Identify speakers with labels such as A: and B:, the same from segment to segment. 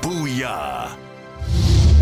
A: Booyah!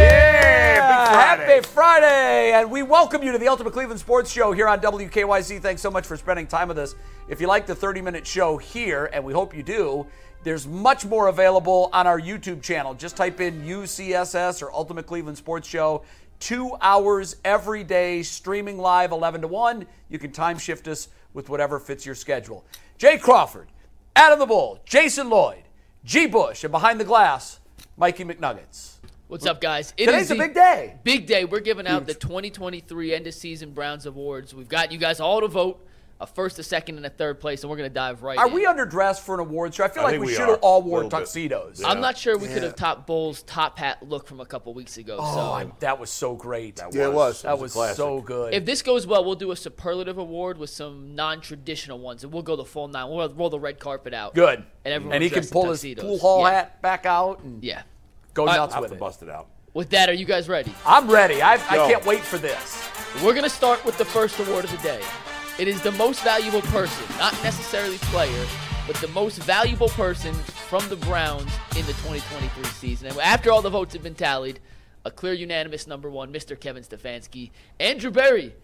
B: Yeah, Happy Friday! And we welcome you to the Ultimate Cleveland Sports Show here on WKYZ. Thanks so much for spending time with us. If you like the 30 minute show here, and we hope you do, there's much more available on our YouTube channel. Just type in UCSS or Ultimate Cleveland Sports Show. Two hours every day, streaming live 11 to 1. You can time shift us with whatever fits your schedule. Jay Crawford, Adam the Bull, Jason Lloyd, G. Bush, and behind the glass, Mikey McNuggets.
C: What's up, guys? It
B: Today's
C: is the
B: a big day.
C: Big day. We're giving out the 2023 end of season Browns awards. We've got you guys all to vote a first, a second, and a third place, and we're gonna dive right.
B: Are
C: in.
B: we underdressed for an award show? I feel
D: I
B: like
D: think
B: we,
D: we
B: should
D: are,
B: have all
D: a
B: worn
D: little bit.
B: tuxedos.
D: Yeah.
C: I'm not sure we could have topped Bull's top hat look from a couple weeks ago.
B: Oh,
C: so
B: I- that was so great. That
D: Yeah, it was. was. It
B: That
D: was a
B: was,
D: classic.
B: so good.
C: if this goes well, we'll do a superlative award with some non-traditional ones, and we'll go the full nine. We'll roll the red carpet out.
B: good.
C: And everyone
B: he can
C: dressed in
B: pull his
C: tuxedos.
B: pool hall
C: Yeah.
B: hat back out and
C: Yeah.
B: go
C: I-
B: nuts
D: I have
B: with
D: to
B: it.
D: bust it out.
C: With that, are you guys ready?
B: I'm ready. I, I
D: Yo.
B: can't wait for this.
C: We're going to start with the first award of the day. It is the most valuable person, not necessarily player, but the most valuable person from the Browns in the 2023 season. And after all the votes have been tallied, a clear unanimous number one, Mr. Kevin Stefanski. Andrew Berry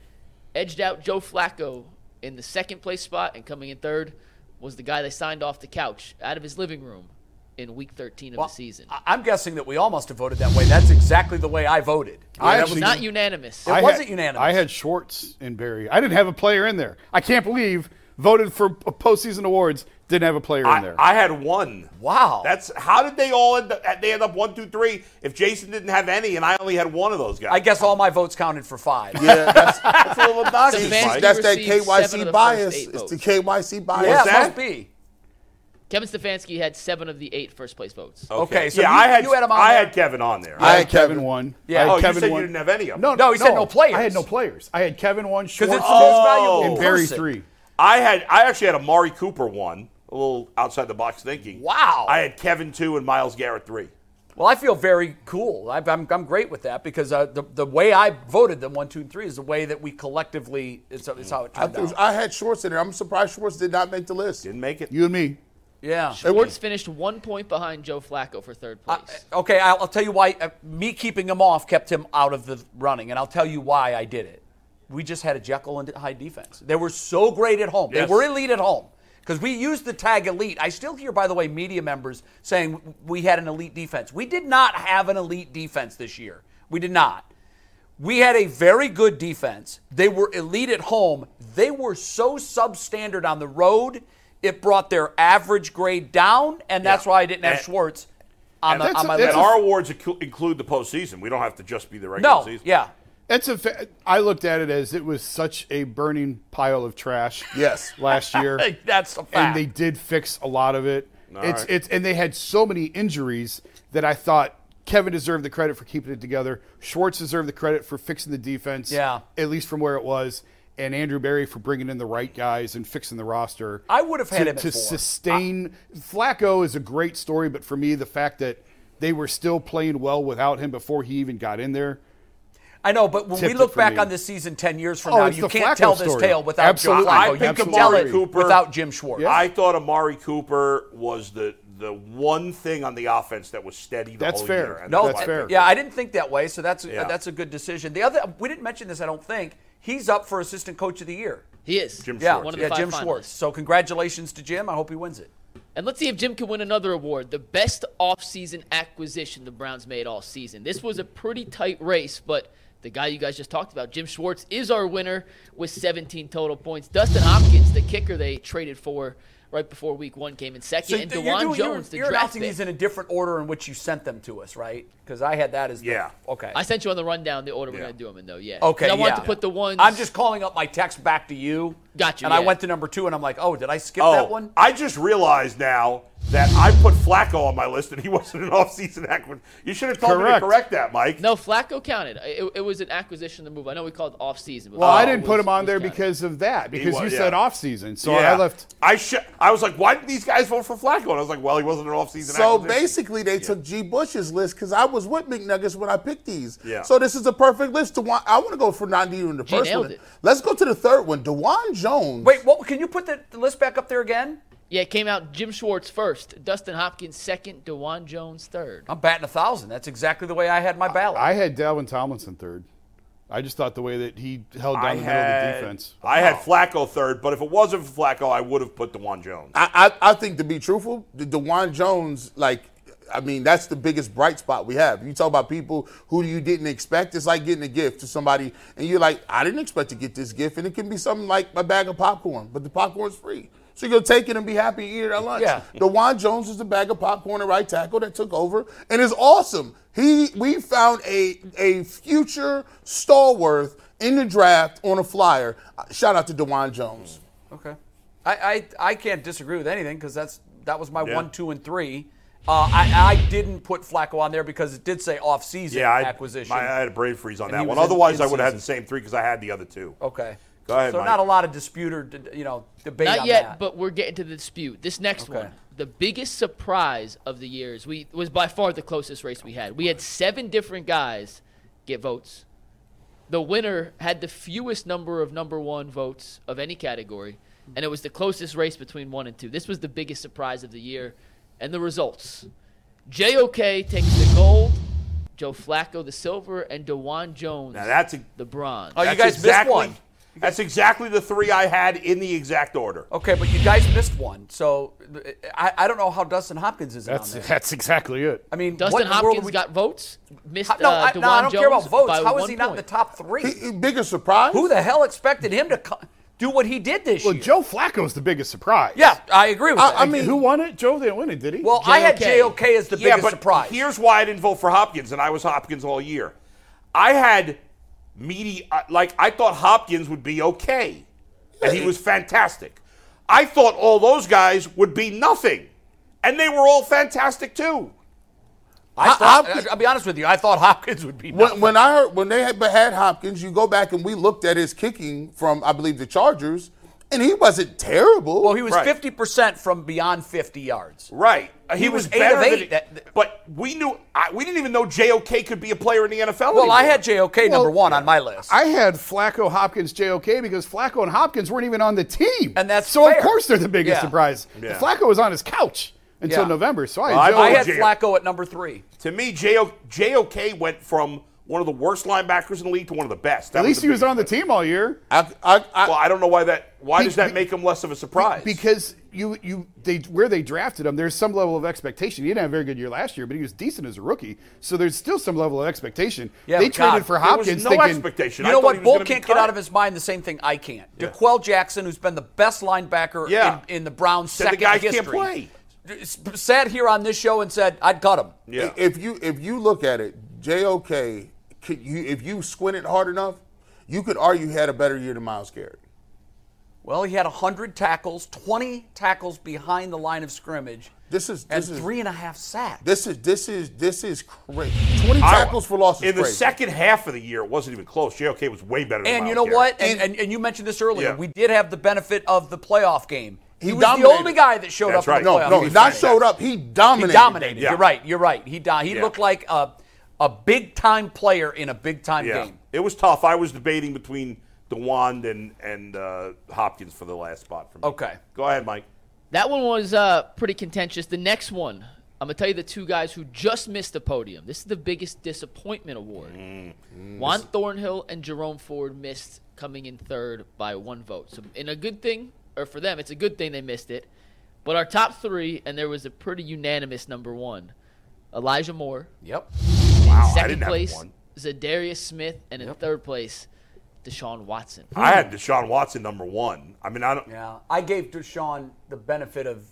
C: edged out Joe Flacco in the second place spot, and coming in third was the guy they signed off the couch out of his living room in week 13 of
B: Well,
C: the season.
B: I- I'm guessing that we all must have voted that way. That's exactly the way I voted.
E: I
C: it was
E: actually-
C: not unanimous.
B: It
E: I
B: wasn't
E: had-
B: unanimous.
E: I had Schwartz and Barry. I didn't have a player in there. I can't believe voted for p- postseason awards. Didn't have a player in
D: I,
E: there.
D: I had one.
B: Wow.
D: That's how did they all end up? They end up one, two, three. If Jason didn't have any, and I only had one of those guys,
B: I guess all my votes counted for five.
F: Yeah, that's,
D: that's a little obnoxious.
C: Stefanski
D: Mike.
F: that's that
C: received seven of
F: KYC
C: the
F: bias.
C: first eight
F: It's the
C: votes.
F: KYC bias.
B: yeah, it
D: that?
B: must be.
C: Kevin Stefanski had seven of the eight first place votes.
B: Okay, so
D: yeah,
B: you-
D: I had
B: you had him on
D: I
B: there.
D: had Kevin on there.
E: I
F: I
E: had
F: had
E: Kevin
F: Kevin.
E: one.
B: Yeah.
E: I had
B: Oh,
D: you
E: Kevin
D: said you
E: one.
D: didn't have any of them.
E: No,
B: No, he said no players.
E: I had no players. I had Kevin one,
B: Because
E: Schwartz,
B: it's the most
F: Oh.
D: Oh.
B: valuable
E: and Barry
B: person.
E: three.
D: I had I actually had Amari Cooper one, a little outside the box thinking.
B: Wow.
D: I had Kevin two and Miles Garrett three.
B: Well, I feel very cool. I, I'm, I'm great with that because uh, the, the way I voted them, one, two, and three, is the way that we collectively, it's, it's how it
F: I,
B: turned
F: think-
B: out.
F: I had Schwartz in there. I'm surprised Schwartz did not make the list.
D: Didn't make it.
E: You and me.
B: yeah.
C: Schwartz finished one point behind Joe Flacco for third place.
B: Okay, I'll, I'll tell you why. Uh, me keeping him off kept him out of the running, and I'll tell you why I did it. We just had a Jekyll and Hyde defense. They were so great at home.
D: Yes.
B: They were elite at home because we used the tag elite. I still hear, by the way, media members saying we had an elite defense. We did not have an elite defense this year. We did not. We had a very good defense. They were elite at home. They were so substandard on the road, it brought their average grade down, and that's
D: Yeah.
B: why I didn't have
D: And-
B: Schwartz on,
D: and
B: the,
D: that's
B: on my
E: a-
B: list.
D: And our awards incu- include the postseason. We don't have to just be the regular
B: no,
D: season.
B: yeah.
E: That's a. Fa- I looked at it as it was such a burning pile of trash.
F: Yes.
E: last year.
B: That's a
E: and
B: fact.
E: they did fix a lot of it. it's
D: right.
E: it's and they had so many injuries that I thought Kevin deserved the credit for keeping it together. Schwartz deserved the credit for fixing the defense,
B: Yeah.
E: at least from where it was, and Andrew Berry for bringing in the right guys and fixing the roster.
B: I would have had
E: to,
B: him at
E: to
B: four.
E: sustain. Flacco is a great story, but for me, the fact that they were still playing well without him before he even got in there.
B: I know, but when we
E: Tipped it
B: look
E: for
B: back
E: me.
B: on this season 10 years from
E: Oh,
B: now,
E: it's
B: you
E: the
B: can't
E: Flacco
B: tell this
E: story.
B: tale without
E: Absolutely.
B: Joe
D: I
B: Flacco.
D: think
B: Oh, you can
E: Absolutely.
B: tell it
D: Amari Cooper
B: without Jim Schwartz.
D: I thought Amari Cooper was the the one thing on the offense that was steady the
E: That's
D: whole
E: fair.
D: year. and
B: no,
E: that's
D: why-
B: I-
E: fair.
B: Yeah, I didn't think that way, so that's
D: Yeah.
B: that's a good decision. The other we didn't mention this, I don't think. He's up for assistant coach of the year.
C: he is.
D: Jim
B: Yeah,
D: Schwartz,
C: One of the
B: yeah,
C: five
B: Jim
C: finalists.
B: Schwartz. So congratulations to Jim. I hope he wins it.
C: And let's see if Jim can win another award, the best offseason acquisition the Browns made all season. This was a pretty tight race, but the guy you guys just talked about, Jim Schwartz, is our winner with 17 total points. Dustin Hopkins, the kicker they traded for right before week one, came in second. and
B: th-
C: DeWan
B: you're doing-
C: Jones,
B: you're,
C: the
B: you're
C: draft
B: announcing
C: pick.
B: these in a different order in which you sent them to us, right? Because I had that as the,
D: Yeah.
B: Okay.
C: I sent you on the rundown the order we're
D: Yeah.
C: going to do them in, though, yeah.
B: okay.
C: And I wanted
B: yeah.
C: to put the ones.
B: I'm just calling up my text back to you.
C: Got you,
B: And I
C: yeah.
B: went to number two, and I'm like, oh, did I skip
D: Oh,
B: that one?
D: I just realized now that I put Flacco on my list and he wasn't an offseason acquisition. You should have told me
E: Correct.
D: to correct that, Mike.
C: No, Flacco counted. It, it was an acquisition to move. I know we called it offseason. but
E: Well, I
C: Flacco Oh,
E: didn't
C: was-
E: put him on
C: was
E: there
C: counted.
E: because of that, because
D: wa-
E: you
D: yeah.
E: said off season. So
D: Yeah.
E: I left.
D: I should. I was like, why did these guys vote for Flacco? And I was like, well, he wasn't an offseason.
F: So
D: acquisition.
F: basically, they took G. Bush's list because I was with McNuggets when I picked these.
D: Yeah.
F: So this is a perfect list. Dewan, I want to go for Nandi in the first
C: nailed
F: one.
C: it.
F: Let's go to the third one. Dewan Jones.
B: Wait, what? Can you put the, the list back up there again?
C: Yeah, it came out Jim Schwartz first, Dustin Hopkins second, Dewan Jones third.
B: I'm batting a thousand. That's exactly the way I had my ballot.
E: I had Dalvin Tomlinson third. I just thought the way that he held down
D: I
E: the middle of the
D: had,
E: defense.
D: I had Flacco third, but if it wasn't for Flacco, I would have put DeWan Jones.
F: I, I, I think to be truthful, the Dewan Jones, like, I mean, that's the biggest bright spot we have. You talk about people who you didn't expect. It's like getting a gift to somebody, and you're like, I didn't expect to get this gift, and it can be something like a bag of popcorn, but the popcorn's free. So you're gonna take it and be happy and eat it at lunch.
B: Yeah.
F: Dewan Jones is the bag of popcorn and right tackle that took over and is awesome. He we found a a future stalwart in the draft on a flyer. Shout out to Dewan Jones.
B: Okay. I, I, I can't disagree with anything because that's that was my
D: Yeah.
B: one, two, and three. Uh, I, I didn't put Flacco on there because it did say off-season
D: yeah, I,
B: acquisition.
D: my- I had a brain freeze on
B: And he
D: that one.
B: was in-
D: Otherwise,
B: in
D: I would have had the
B: season. Oh.
D: same three because I had the other two.
B: okay.
D: Go ahead,
B: so
D: Mike.
B: not a lot of dispute or d- you know debate.
C: Not
B: on
C: yet,
B: that.
C: but we're getting to the dispute. This next
B: Okay.
C: one, the biggest surprise of the years, we was by far the closest race we had. We had seven different guys get votes. The winner had the fewest number of number one votes of any category, and it was the closest race between one and two. This was the biggest surprise of the year, and the results: JOK takes the gold, Joe Flacco the silver, and Dewan Jones
D: Now that's a,
C: the bronze.
B: Oh, you
D: that's
B: guys missed
D: exactly,
B: one.
D: That's exactly the three I had in the exact order.
B: okay, but you guys missed one. So th- I, I don't know how Dustin Hopkins is
E: That's
B: on there.
E: that's exactly it.
B: I mean, what
C: Dustin
B: in the world
C: Hopkins
B: would we-
C: got votes. Missed.
B: How- no,
C: uh,
B: I, no, I
C: DeJuan
B: don't care about
C: Jones
B: votes.
C: by
B: How is
C: one
B: he not in the
C: point.
B: top three?
F: Bigger surprise.
B: Who the hell expected him to co- do what he did this
E: Well,
B: year?
E: Joe Uh, Flacco's the biggest surprise.
B: yeah, I agree with that.
F: I mean-
E: who won it? Joe didn't win it, did he?
B: well, I had
C: JOK.
B: JOK as the
D: yeah,
B: biggest
D: but
B: surprise.
D: here's why I didn't vote for Hopkins, and I was Hopkins all year. I had meaty, uh, like I thought Hopkins would be okay, and he was fantastic. I thought all those guys would be nothing, and they were all fantastic too.
B: I
F: Ho-
B: thought,
F: Hopkins-
B: I, will be honest with you. I thought Hopkins would be.
F: When, when I heard when they had, had Hopkins, you go back and we looked at his kicking from I believe the Chargers, and he wasn't terrible.
B: well, he was
D: Right.
B: fifty percent from beyond fifty yards.
D: Right. Uh, He,
B: was eight
D: better
B: of
D: than
B: eight
D: he-
B: that- that-
D: but we knew I, we didn't even know JOK could be a player in the NFL.
B: Well, I
D: anymore.
B: had JOK number one on my list.
E: I had Flacco, Hopkins, JOK because Flacco and Hopkins weren't even on the team.
B: And that's
E: so
B: fair.
E: of course they're the biggest
B: Yeah.
E: surprise.
D: Yeah.
E: Flacco was on his couch until
B: Yeah.
E: November. So I,
D: Well, I
E: had Joe-
B: I had
D: J-
B: Flacco at number three.
D: To me, JO, JOK went from one of the worst linebackers in the league to one of the best. That
E: at least
D: the
E: he was
D: biggest
E: on the
D: thing.
E: team all year.
F: I, I, I,
D: Well, I don't know why that. Why
E: Be-
D: does that
E: be-
D: make him less of a surprise?
E: Because you you they where they drafted him, there's some level of expectation. He didn't have a very good year last year, but he was decent as a rookie. So there's still some level of expectation.
B: Yeah,
E: they
B: but
E: traded
B: God,
E: for
D: there
E: Hopkins
D: was no
E: thinking
D: expectation.
B: You
D: I
B: know
D: thought
B: what?
D: he was
B: Bull
D: gonna be
B: can't get out
D: cut.
B: of his mind the same thing I can't. DeQuell Jackson, who's been the best linebacker
D: Yeah.
B: in, in the Browns'
D: Said the
B: second
D: guy can't
B: history,
D: play.
B: s- sat here on this show and said, "I'd cut him."
D: Yeah.
F: If you if you look at it, JOK, could you if you squint it hard enough, you could argue he had a better year than Miles Garrett.
B: Well, he had hundred tackles, twenty tackles behind the line of scrimmage,
F: This is
B: and
F: this is
B: three and a half sacks.
F: this is this is this is crazy. Twenty
D: I-
F: tackles for losses.
D: in the second half of the year, it wasn't even close. JOK was way better. than
B: And you know
D: Miles
B: what?
D: Garrett.
B: And, and, and you mentioned this earlier.
D: Yeah.
B: We did have the benefit of the playoff game. He,
F: He
B: was the
F: dominated.
B: only guy that showed
D: That's
B: up. in the
D: right.
B: playoff
F: no,
B: game.
F: no, not
D: He
F: showed up. He
B: He
F: dominated.
B: dominated.
D: Yeah.
B: You're right. You're right. He do- he
D: Yeah.
B: looked like a a big time player in a big time
D: Yeah,
B: game.
D: it was tough. I was debating between DeWand and and uh, Hopkins for the last spot for me.
B: Okay.
D: Go ahead, Mike.
C: That one was uh, pretty contentious. The next one, I'm gonna tell you the two guys who just missed the podium. This is the biggest disappointment award.
B: Mm,
C: Juan Thornhill and Jerome Ford missed, coming in third by one vote. So, in a good thing, or for them, it's a good thing they missed it. But our top three, and there was a pretty unanimous number one Elijah Moore.
B: Yep.
C: Wow,
D: I
C: second
D: didn't have
C: place,
D: one.
C: Zadarius Smith. And in third place, Deshaun Watson.
D: I had Deshaun Watson number one. I mean, I don't.
B: Yeah. I gave Deshaun the benefit of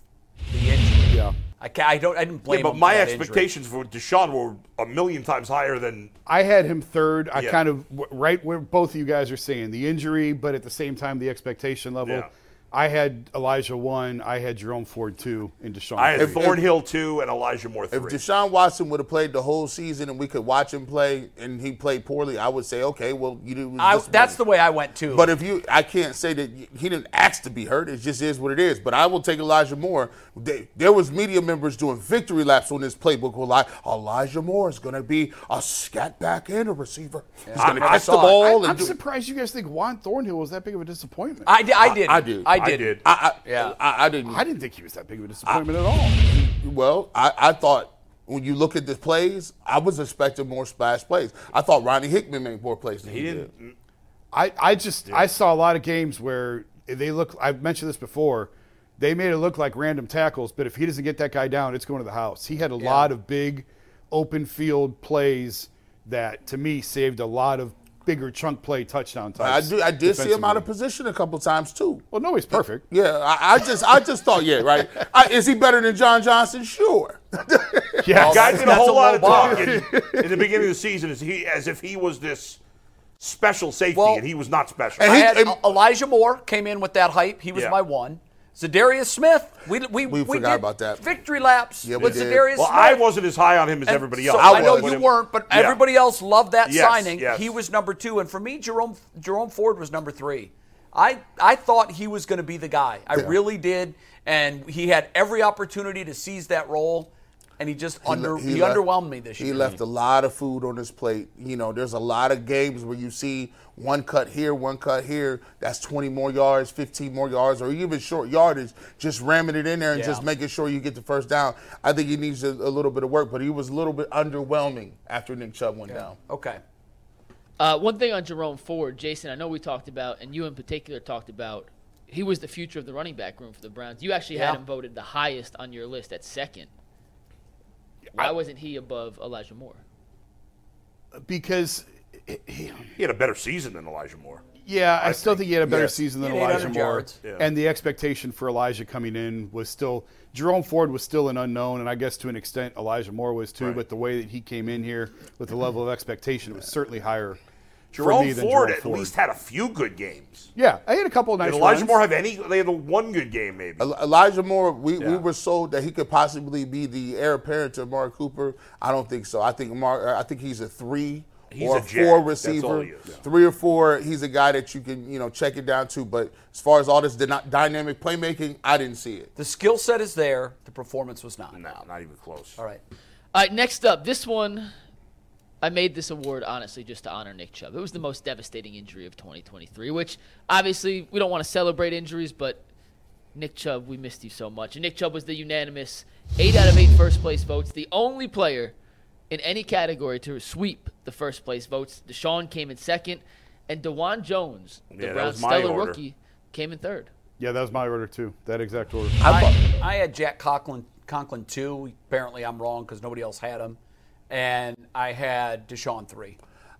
B: the injury. Yeah. I can't, I don't I didn't blame
D: Yeah,
B: him.
D: but
B: for
D: my
B: that injury.
D: expectations for Deshaun were a million times higher than
E: I had him third. I
D: Yeah.
E: kind of right where both of you guys are saying the injury, but at the same time the expectation level.
D: Yeah.
E: I had Elijah one. I had Jerome Ford two, and Deshaun.
D: I had
E: three.
D: Thornhill two and Elijah Moore
F: If
D: three.
F: Deshaun Watson would have played the whole season and we could watch him play and he played poorly, I would say, okay, well, you didn't.
B: I, that's the way I went too.
F: But if you, I can't say that y- he didn't ask to be hurt. It just is what it is. But I will take Elijah Moore. They, there was media members doing victory laps on this playbook. Were like, Elijah Moore is going to be a scat back and a receiver. He's going to
B: I
F: catch the
B: saw it.
F: ball
E: I,
F: and
E: am
F: do.
E: surprised you guys think Juan Thornhill was that big of a disappointment. I,
B: I, di- I did.
F: I did.
B: I
D: I
B: did.
D: did.
F: I, I,
B: Yeah.
F: I, I didn't.
E: didn't think he was that big of a disappointment at all.
F: Well, I, I thought when you look at the plays, I was expecting more splash plays. I thought Ronnie Hickman made more plays than he, did.
E: I, I just I saw a lot of games where they look. I've mentioned this before. They made it look like random tackles, but if he doesn't get that guy down, it's going to the house. He had a lot of big, open field plays that to me saved a lot of bigger chunk play touchdown
F: I
E: types.
F: do. I did see him out of
E: defensively.
F: position a couple times too.
E: Well, no, he's perfect.
F: Yeah, I, I just, I just thought, yeah, right. I, is he better than John Johnson? Sure.
E: Yeah,
D: Guy did a
B: That's a
D: whole lot of
B: low bar.
D: talking in the beginning of the season as he as if he was this special safety
B: Well-
D: and he was not special.
F: And
B: I
F: he-
B: had
F: and-
B: E- Elijah Moore came in with that hype. He was
D: Yeah.
B: my one. Zadarius Smith. We we, we,
F: forgot
B: did
F: about that.
B: Victory laps
F: Yeah, we
B: with
F: did.
B: Zadarius
D: well,
B: Smith.
D: I wasn't as high on him as everybody else.
B: So I, know
F: was.
B: you weren't, but everybody else loved that
D: Yes,
B: signing.
D: yes.
B: He was number two, and for me, Jerome Jerome Ford was number three. I I thought he was going to be the guy. I really did, and he had every opportunity to seize that role, and he just under he,
F: left-
B: underwhelmed me this year.
F: He left a lot of food on his plate. You know, there's a lot of games where you see one cut here, one cut here. That's 20 more yards, 15 more yards, or even short yardage. Just ramming it in there and
B: Yeah.
F: just making sure you get the first down. I think he needs a, a little bit of work, but he was a little bit underwhelming after Nick Chubb went down.
B: Okay.
C: Uh, one thing on Jerome Ford, Jason, I know we talked about, and you in particular talked about, he was the future of the running back room for the Browns. You actually had
B: Yeah.
C: him voted the highest on your list at second. Why wasn't he above Elijah Moore?
E: because he- he-
D: He had a better season than Elijah Moore.
E: yeah, I, still think he had a better
F: yes.
E: season than
B: He had
E: Elijah
B: 800
E: Moore,
B: yards.
D: Yeah.
E: and the expectation for Elijah coming in was still Jerome Ford was still an unknown, and I guess to an extent Elijah Moore was too. But the way that he came in here with the level of expectation, it was certainly higher. for
D: Jerome
E: me
D: Ford
E: than Jerome
D: at
E: Ford.
D: least had a few good games.
E: Yeah, I had a couple of nice
D: Did Elijah
E: runs.
D: Moore have any? They had the one good game maybe.
F: El- Elijah Moore, we, we
D: Yeah.
F: were sold that he could possibly be the heir apparent to Mark Cooper. I don't think so. I think Mark, I think he's a three
D: He's
F: or
D: a jet.
F: four
D: That's all he
F: receiver,
D: is. Yeah.
F: three or four. He's a guy that you can you know check it down to. But as far as all this dyna- dynamic playmaking, I didn't see it.
B: The skill set is there. The performance was not.
D: No, not even close.
B: All right.
C: All right, next up, this one, I made this award honestly just to honor Nick Chubb. It was the most devastating injury of 2023, which obviously we don't want to celebrate injuries, but Nick Chubb, we missed you so much. And Nick Chubb was the unanimous eight out of eight first place votes, the only player in any category to sweep the first place votes. Deshaun came in second, and Dewan Jones, the
D: Yeah, that
C: Browns
D: was my
C: stellar
D: order.
C: rookie, came in third.
E: Yeah, that was my order too. That exact order.
B: I, I had Jack Conklin, Conklin two. Apparently, I'm wrong because nobody else had him, and I had Deshaun three.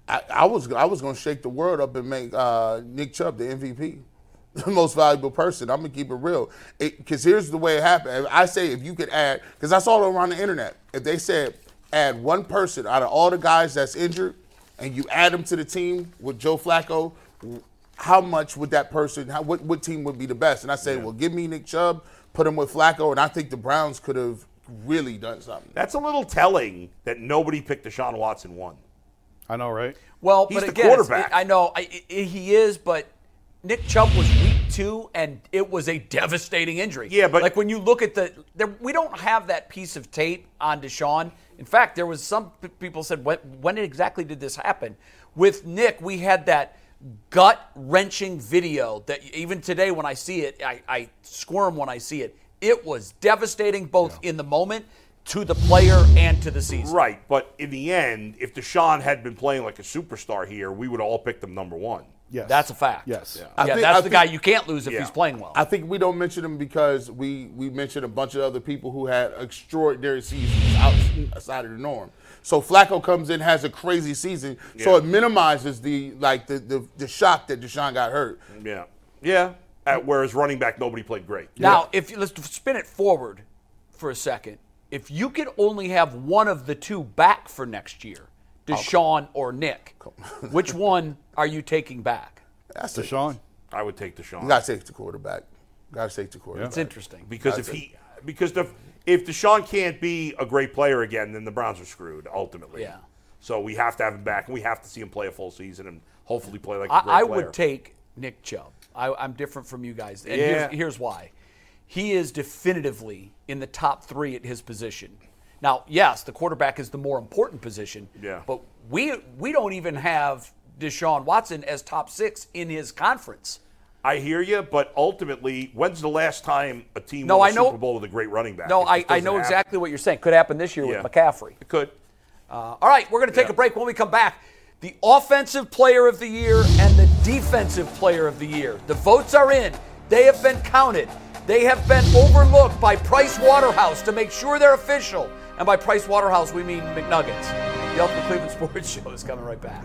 F: I, I was I was gonna shake the world up and make uh, Nick Chubb the MVP, the most valuable person. I'm gonna keep it real, because here's the way it happened. I say if you could add, because I saw it around the internet. If they said add one person out of all the guys that's injured, and you add them to the team with Joe Flacco, how much would that person? How, what what team would be the best? And I say, well, give me Nick Chubb, put him with Flacco, and I think the Browns could have really done something.
D: That's a little telling that nobody picked Deshaun Watson one.
E: I know, right?
B: Well,
D: He's
B: but
D: the
B: again, it's-
D: quarterback.
B: I know I, I, he is, but Nick Chubb was week two, and it was a devastating injury.
D: Yeah, but-
B: like when you look at the, there, we don't have that piece of tape on Deshaun. In fact, there was some p- people said, when, when exactly did this happen? With Nick, we had that gut wrenching video that even today when I see it, I, I squirm when I see it. It was devastating both in the moment to the player and to the season.
D: Right, but in the end, if Deshaun had been playing like a superstar here, we would all pick them number one.
E: Yes.
B: That's a fact.
E: Yes. Yeah.
F: I
B: Yeah,
F: think-
B: that's
F: I
B: the
F: think-
B: guy you can't lose if
D: Yeah.
B: he's playing well.
F: I think we don't mention him because we we mentioned a bunch of other people who had extraordinary seasons out- outside of the norm. So Flacco comes in has a crazy season, so
D: Yeah.
F: it minimizes the like the, the the shock that Deshaun got hurt.
D: Yeah. Yeah. At, whereas running back, nobody played great.
B: Now, if let's spin it forward for a second. If you could only have one of the two back for next year, Deshaun or Nick, which one are you taking back?
F: That's it.
E: Deshaun.
D: I would take Deshaun.
F: You got to take the quarterback. You got to take the quarterback.
B: It's interesting.
D: because if he because the, if Deshaun can't be a great player again, then the Browns are screwed ultimately.
B: Yeah.
D: So we have to have him back, and we have to see him play a full season and hopefully play like a great
B: I, I
D: player.
B: would take Nick Chubb. I, I'm different from you guys, and here's,
D: Yeah.
B: here's why: he is definitively in the top three at his position. Now, yes, the quarterback is the more important position.
D: Yeah.
B: But we we don't even have Deshaun Watson as top six in his conference.
D: I hear you, but ultimately, when's the last time a team
B: No,
D: won a
B: I know-
D: Super Bowl with a great running back?
B: No,
D: It just
B: I, I
D: doesn't
B: know
D: happen.
B: exactly what you're saying. Could happen this year
D: Yeah.
B: with McCaffrey.
D: It could.
B: Uh, all right, we're going to take
D: Yeah.
B: a break. When we come back, the offensive player of the year and the defensive player of the year. The votes are in. They have been counted. They have been overlooked by Price Waterhouse to make sure they're official. And by Price Waterhouse, we mean McNuggets. The Ultimate Cleveland Sports Show is coming right back.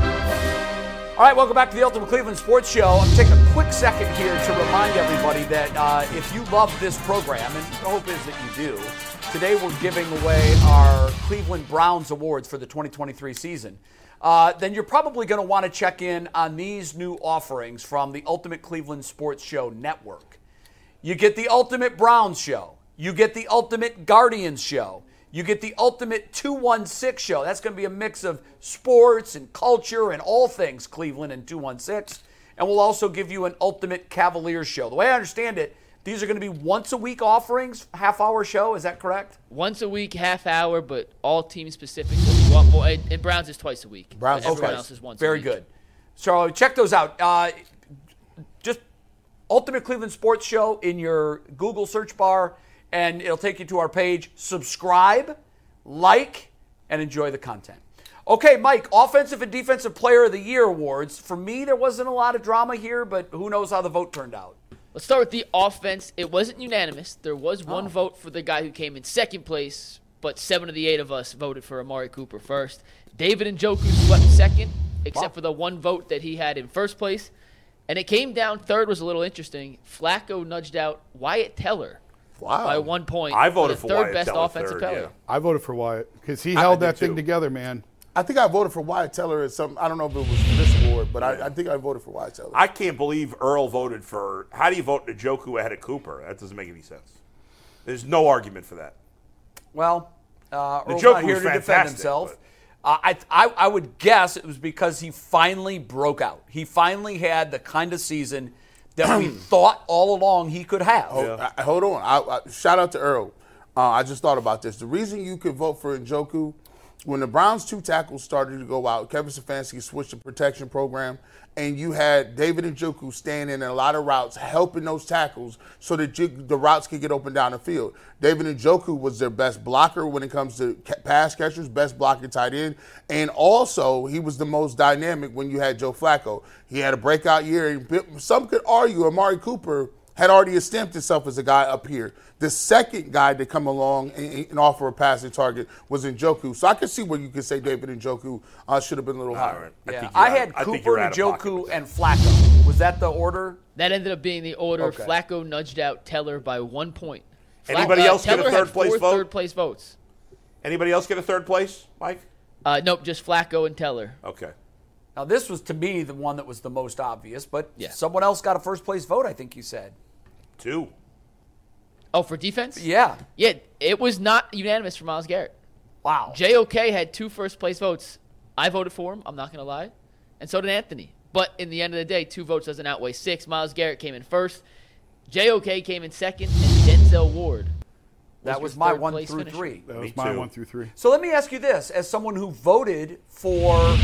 B: All right, welcome back to the Ultimate Cleveland Sports Show. I'm taking a quick second here to remind everybody that uh, if you love this program, and the hope is that you do, today we're giving away our Cleveland Browns Awards for the 2023 season. Uh, then you're probably going to want to check in on these new offerings from the Ultimate Cleveland Sports Show Network. You get the Ultimate Browns Show. You get the Ultimate Guardians Show. You get the Ultimate 216 Show. That's going to be a mix of sports and culture and all things Cleveland and 216. And we'll also give you an Ultimate Cavaliers Show. The way I understand it, these are going to be once a week offerings, half hour show. Is that correct?
C: Once a week, half hour, but all team specific. So if you want more, and, and Browns is twice a week.
F: Browns
C: But everyone
F: okay.
C: else is once.
B: Very
C: a week.
B: good. So check those out. Uh, just Ultimate Cleveland Sports Show in your Google search bar, and it'll take you to our page. Subscribe, like, and enjoy the content. Okay, Mike, Offensive and Defensive Player of the Year awards. For me, there wasn't a lot of drama here, but who knows how the vote turned out.
C: Let's start with the offense. It wasn't unanimous. There was
D: Oh.
C: one vote for the guy who came in second place, but seven of the eight of us voted for Amari Cooper first. David and Joku swept second, except for the one vote that he had in first place. And it came down third was a little interesting. Flacco nudged out Wyatt Teller
F: Wow.
C: by one point.
D: I voted for
C: the third
D: Wyatt
C: best
D: Teller
C: offensive
D: third,
C: player.
D: yeah.
E: I voted for Wyatt because he held
D: did
E: that thing
D: too.
E: together, man.
F: I think I voted for Wyatt Teller at some. I don't know if it was for this award, but I, I think I voted for Wyatt Teller.
D: I can't believe Earl voted for. How do you vote Njoku ahead of Cooper? That doesn't make any sense. There's no argument for that.
B: Well, uh, Earl's
D: joke
B: not here
D: was
B: to defend
D: fantastic,
B: himself. Uh, I, I, I would guess it was because he finally broke out. He finally had the kind of season that we thought all along he could have.
F: I- I- hold on. I, I, shout out to Earl. Uh, I just thought about this. The reason you could vote for Njoku, when the Browns' two tackles started to go out, Kevin Stefanski switched the protection program, and you had David Njoku standing in a lot of routes, helping those tackles so that you, the routes could get open down the field. David Njoku was their best blocker when it comes to ca- pass catchers, best blocker tight end, and also he was the most dynamic when you had Joe Flacco. He had a breakout year, and some could argue Amari Cooper – had already stamped himself as a guy up here. The second guy to come along and, and offer a passing target was Njoku. So I could see where you could say David Njoku uh, should have been a little higher.
D: I,
B: Yeah,
D: think you're
B: I
D: out-
B: had
D: I think
B: Cooper,
D: you're out of pocket
B: Joku,
D: with that.
B: and Flacco. Was that the order?
C: That ended up being the order.
B: Okay.
C: Flacco nudged out Teller by one point. Fla- uh,
D: Anybody else get a
C: Teller had
D: third place
C: four
D: vote?
C: Third place votes.
D: Anybody else get a third place, Mike?
C: Uh, nope, just Flacco and Teller.
D: Okay.
B: Now, this was to me the one that was the most obvious, but
C: Yeah.
B: someone else got a first place vote, I think you said.
D: Two.
C: Oh, for defense?
B: Yeah.
C: Yeah, it was not unanimous for Miles Garrett.
B: Wow.
C: JOK had two first place votes. I voted for him. I'm not gonna lie, and so did Anthony. But in the end of the day, two votes doesn't outweigh six. Miles Garrett came in first. JOK came in second, and Denzel Ward.
B: that was
C: was your
B: my
C: third
B: one
C: place
B: through
C: finisher.
B: three.
E: That was
D: Me
E: my
D: too.
E: one through three.
B: So let me ask you this as someone who voted for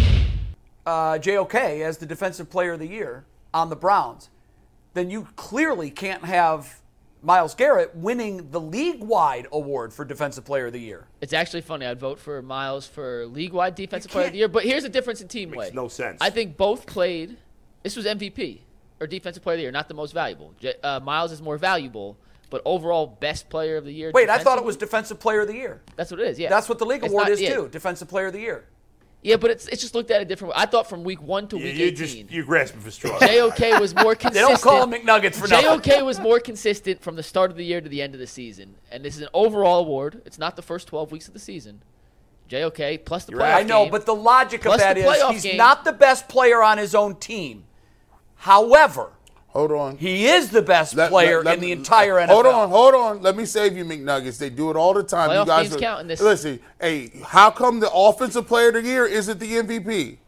B: uh, JOK as the Defensive Player of the Year on the Browns, then you clearly can't have Miles Garrett winning the league wide award for Defensive Player of the Year.
C: It's actually funny. I'd vote for Miles for league-wide defensive
D: You
C: player of
D: can't-
C: the year. But here's the difference in team
D: Makes
C: way.
D: no sense.
C: I think both played. This was MVP or defensive player of the year, not the most valuable. J- uh, Miles is more valuable, but overall best player of the year.
B: Wait, I thought it
C: defensively?
B: was Defensive Player of the Year.
C: That's what it is. Yeah,
B: That's what the league
C: It's
B: award
C: not-
B: is,
C: yeah.
B: too Defensive Player of the Year.
C: Yeah, but it's it's just looked at a different way. I thought from week one to
D: You,
C: week
D: you just
C: eighteen,
D: you're grasping for straws.
C: JOK was more consistent.
B: They don't call them McNuggets for nothing.
C: JOK was more consistent from the start of the year to the end of the season, and this is an overall award. It's not the first twelve weeks of the season. JOK plus the
D: You're
C: playoff
D: right.
B: I know,
C: game.
B: but the logic of
C: Plus
B: that
C: the
B: is
C: playoff
B: he's
C: game.
B: not the best player on his own team. However,
F: Hold on.
B: he is the best
F: Let-
B: player
F: let- let
B: in
F: me-
B: the entire NFL.
F: Hold on, hold on. Let me save you, McNuggets. They do it all the time.
C: Playoff
F: you guys
C: teams
F: are-
C: count in this.
F: Listen, hey, how come the offensive player of the year isn't the MVP?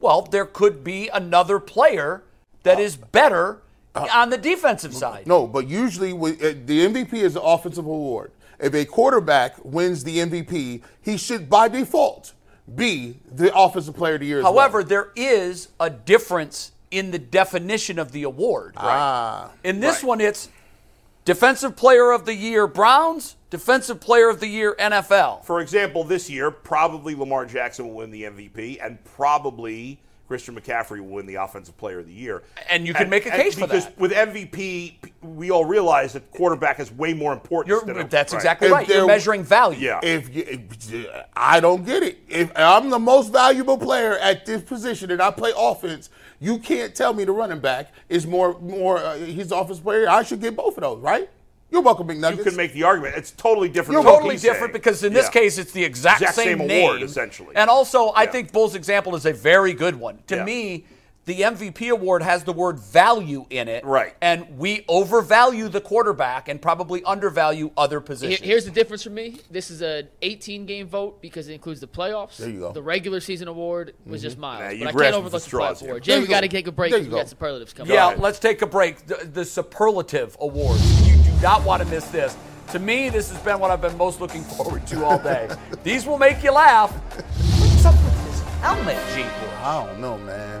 B: Well, there could be another player that is better on the defensive side.
F: Uh, No, but usually we- uh, the MVP is the offensive award. If a quarterback wins the MVP, he should by default be the offensive player of the year. as well.
B: However, there is a difference in the definition of the award.
F: ah,
B: in this one, it's Defensive Player of the Year Browns, Defensive Player of the Year NFL.
D: For example, this year probably Lamar Jackson will win the MVP, and probably Christian McCaffrey will win the Offensive Player of the Year.
B: And you can make a case for
D: because
B: that.
D: With MVP, p- we all realize that quarterback is way more important.
B: You're,
D: than a-
B: that's
D: right.
B: exactly
F: If
B: right. You're
F: there-
B: measuring value.
D: Yeah.
F: if, you, if- uh, I don't get it, if I'm the most valuable player at this position and I play offense, you can't tell me the running back is more more uh, he's the offensive player. I should get both of those, right? You're welcome, McNuggets.
D: you can make the argument. It's totally different.
B: You're
D: than what
B: totally
D: he's
B: different
D: saying.
B: because in this
D: Yeah.
B: case, it's the exact,
D: Exact
B: same,
D: same award,
B: name.
D: essentially.
B: And also, I
D: Yeah.
B: think Bull's example is a very good one. To
D: Yeah.
B: me, the MVP award has the word value in it.
D: Right.
B: And we overvalue the quarterback and probably undervalue other
C: Here-
B: positions.
C: Here's the difference for me. This is an 18 game vote because it includes the playoffs. There
F: you go. Mm-hmm.
C: The regular season award was just miles.
D: Nah, you
C: but I can't
D: grasping
C: overlook
D: for
C: the playoff
D: straws here.
C: award.
F: There
C: Jay, we
F: you
C: got to
F: go.
C: take a break
F: There
C: because
F: you
C: we got
F: go.
C: superlatives coming
B: yeah,
C: up.
B: let's take a break. The, the superlative award. You do not want to miss this. To me, this has been what I've been most looking forward to all day. These will make you laugh. What's up with this helmet, G?
F: I don't know, man.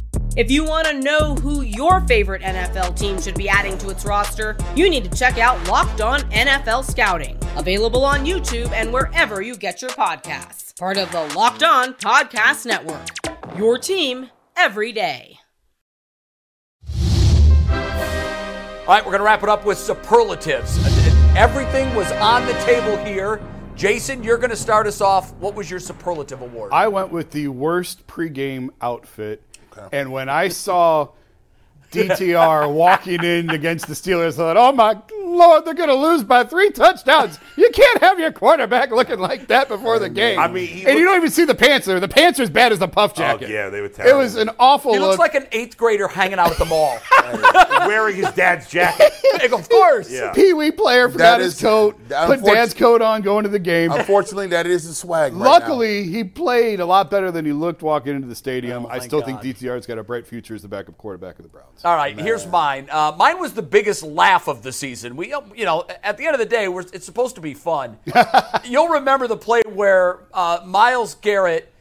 G: If you want to know who your favorite NFL team should be adding to its roster, you need to check out Locked On NFL Scouting, available on YouTube and wherever you get your podcasts. Part of the Locked On Podcast Network. Your team every day.
B: All right, we're going to wrap it up with superlatives. Everything was on the table here. Jason, you're going to start us off. What was your superlative award?
E: I went with the worst pregame outfit, and when I saw DTR walking in against the Steelers, I thought, "Oh my lord, they're going to lose by three touchdowns! You can't have your quarterback looking like that before the game."
D: I mean, he
E: and you
D: looked- Oh,
E: don't even see the pants there. The pants are as bad as the puff jacket.
D: yeah, they were
E: It was
D: terrible.
E: an awful
B: he looks
E: look.
B: like an eighth grader hanging out at the mall.
D: wearing his dad's jacket.
B: Like, of course.
D: Yeah.
E: Pee wee player forgot
F: That
E: his
F: is-
E: coat,
F: that
E: put
F: unfortun-
E: dad's coat on, going to the game.
F: Unfortunately, that is the swag. right now.
E: Luckily, he played a lot better than he looked walking into the stadium. I
B: thank
E: still
B: God.
E: think DTR's got a bright future as the backup quarterback of the Browns.
B: All right, here's mine. Uh, mine was the biggest laugh of the season. We, um, you know, at the end of the day, we're, it's supposed to be fun. You'll remember the play where uh, Miles Garrett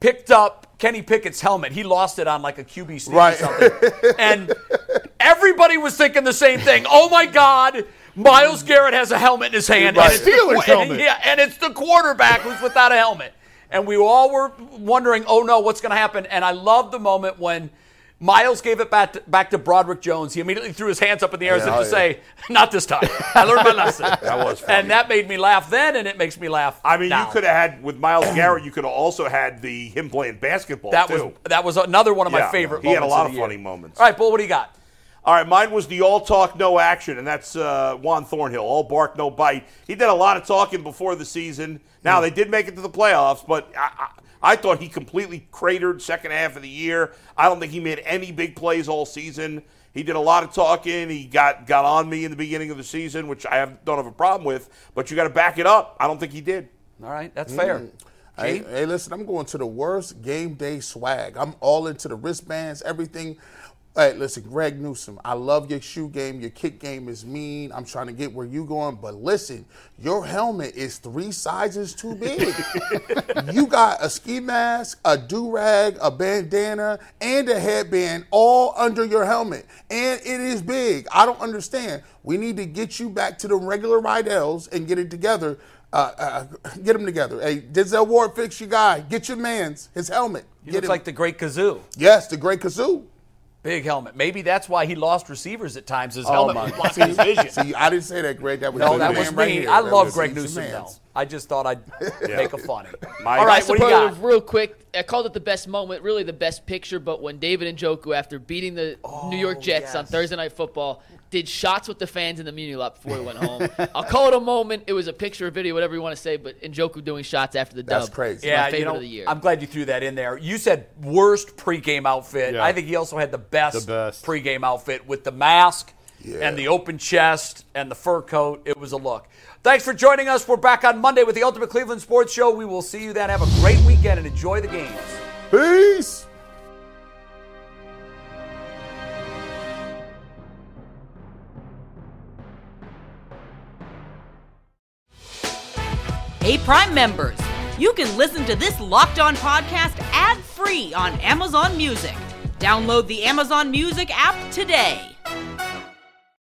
B: picked up Kenny Pickett's helmet. He lost it on like a QB sneak
F: Right.
B: or something, and everybody was thinking the same thing. Oh my God, Miles Garrett has a helmet in his hand.
F: Right.
B: And it's the
E: Steelers
B: qu- and-
E: helmet.
B: yeah, and it's the quarterback who's without a helmet. And we all were wondering, oh no, what's going to happen? And I love the moment when Miles gave it back to, back to Broderick Jones. He immediately threw his hands up in the air as if
F: Yeah,
B: to
F: yeah.
B: say, "Not this time. I learned my lesson."
D: Oh, That was funny.
B: and that made me laugh then, and it makes me laugh.
D: I mean,
B: now.
D: you could have had with Miles Garrett. You could have also had the him playing basketball
B: That
D: too.
B: was that was another one of
D: Yeah,
B: my favorite.
D: he had a
B: moments
D: lot
B: of,
D: of
B: the year.
D: funny moments.
B: All right, Bull, what do you got?
D: All right, mine was the all talk, no action, and that's uh, Juan Thornhill. All bark, no bite. He did a lot of talking before the season. Now they did make it to the playoffs, but I, I, I thought he completely cratered second half of the year. I don't think he made any big plays all season. He did a lot of talking. He got got on me in the beginning of the season, which I have, don't have a problem with. But you got to back it up. I don't think he did.
B: All right, that's fair.
D: Mm.
F: Hey, hey, listen, I'm going to the worst game day swag. I'm all into the wristbands, everything. Hey, listen, Greg Newsom, I love your shoe game. Your kick game is mean. I'm trying to get where you going, but listen, your helmet is three sizes too big. you got a ski mask, a do rag, a bandana, and a headband all under your helmet, and it is big. I don't understand. We need to get you back to the regular Rydells and get it together uh, uh, get them together. Hey, Denzel Ward, fix your guy. Get your man's his helmet.
B: He
F: get
B: looks
F: him.
B: like the great Kazoo.
F: yes, the great Kazoo.
B: Big helmet. Maybe that's why he lost receivers at times.
F: Oh,
B: His helmet was blocking his vision.
F: See, I didn't say that, Greg. That was
B: No,
F: your
B: that
F: man
B: was me.
F: right here.
B: I
F: That
B: love
F: was
B: Greg
F: your
B: Newsom, though.
F: man's.
B: I just thought I'd make a funny.
D: My-
B: All right,
C: My
B: what do you
C: superlative,
B: got?
C: real quick. I called it the best moment, really the best picture. But when David Njoku, after beating the New York Jets on
B: Oh, yes.
C: Thursday Night Football, did shots with the fans in the Muni lot before he went home. I'll call it a moment. It was a picture, a video, whatever you want to say. But Njoku doing shots after the
F: That's
C: dub.
F: crazy.
C: It's my favorite of the year.
B: I'm glad you threw that in there. You said worst pregame outfit.
E: Yeah.
B: I think he also had the best,
E: The best.
B: pregame outfit with the mask
F: Yeah.
B: and the open chest and the fur coat. It was a look. Thanks for joining us. We're back on Monday with the Ultimate Cleveland Sports Show. We will see you then. Have a great weekend and enjoy the games.
F: Peace.
G: Hey, Prime members, you can listen to this Locked On podcast ad free on Amazon Music. Download the Amazon Music app today.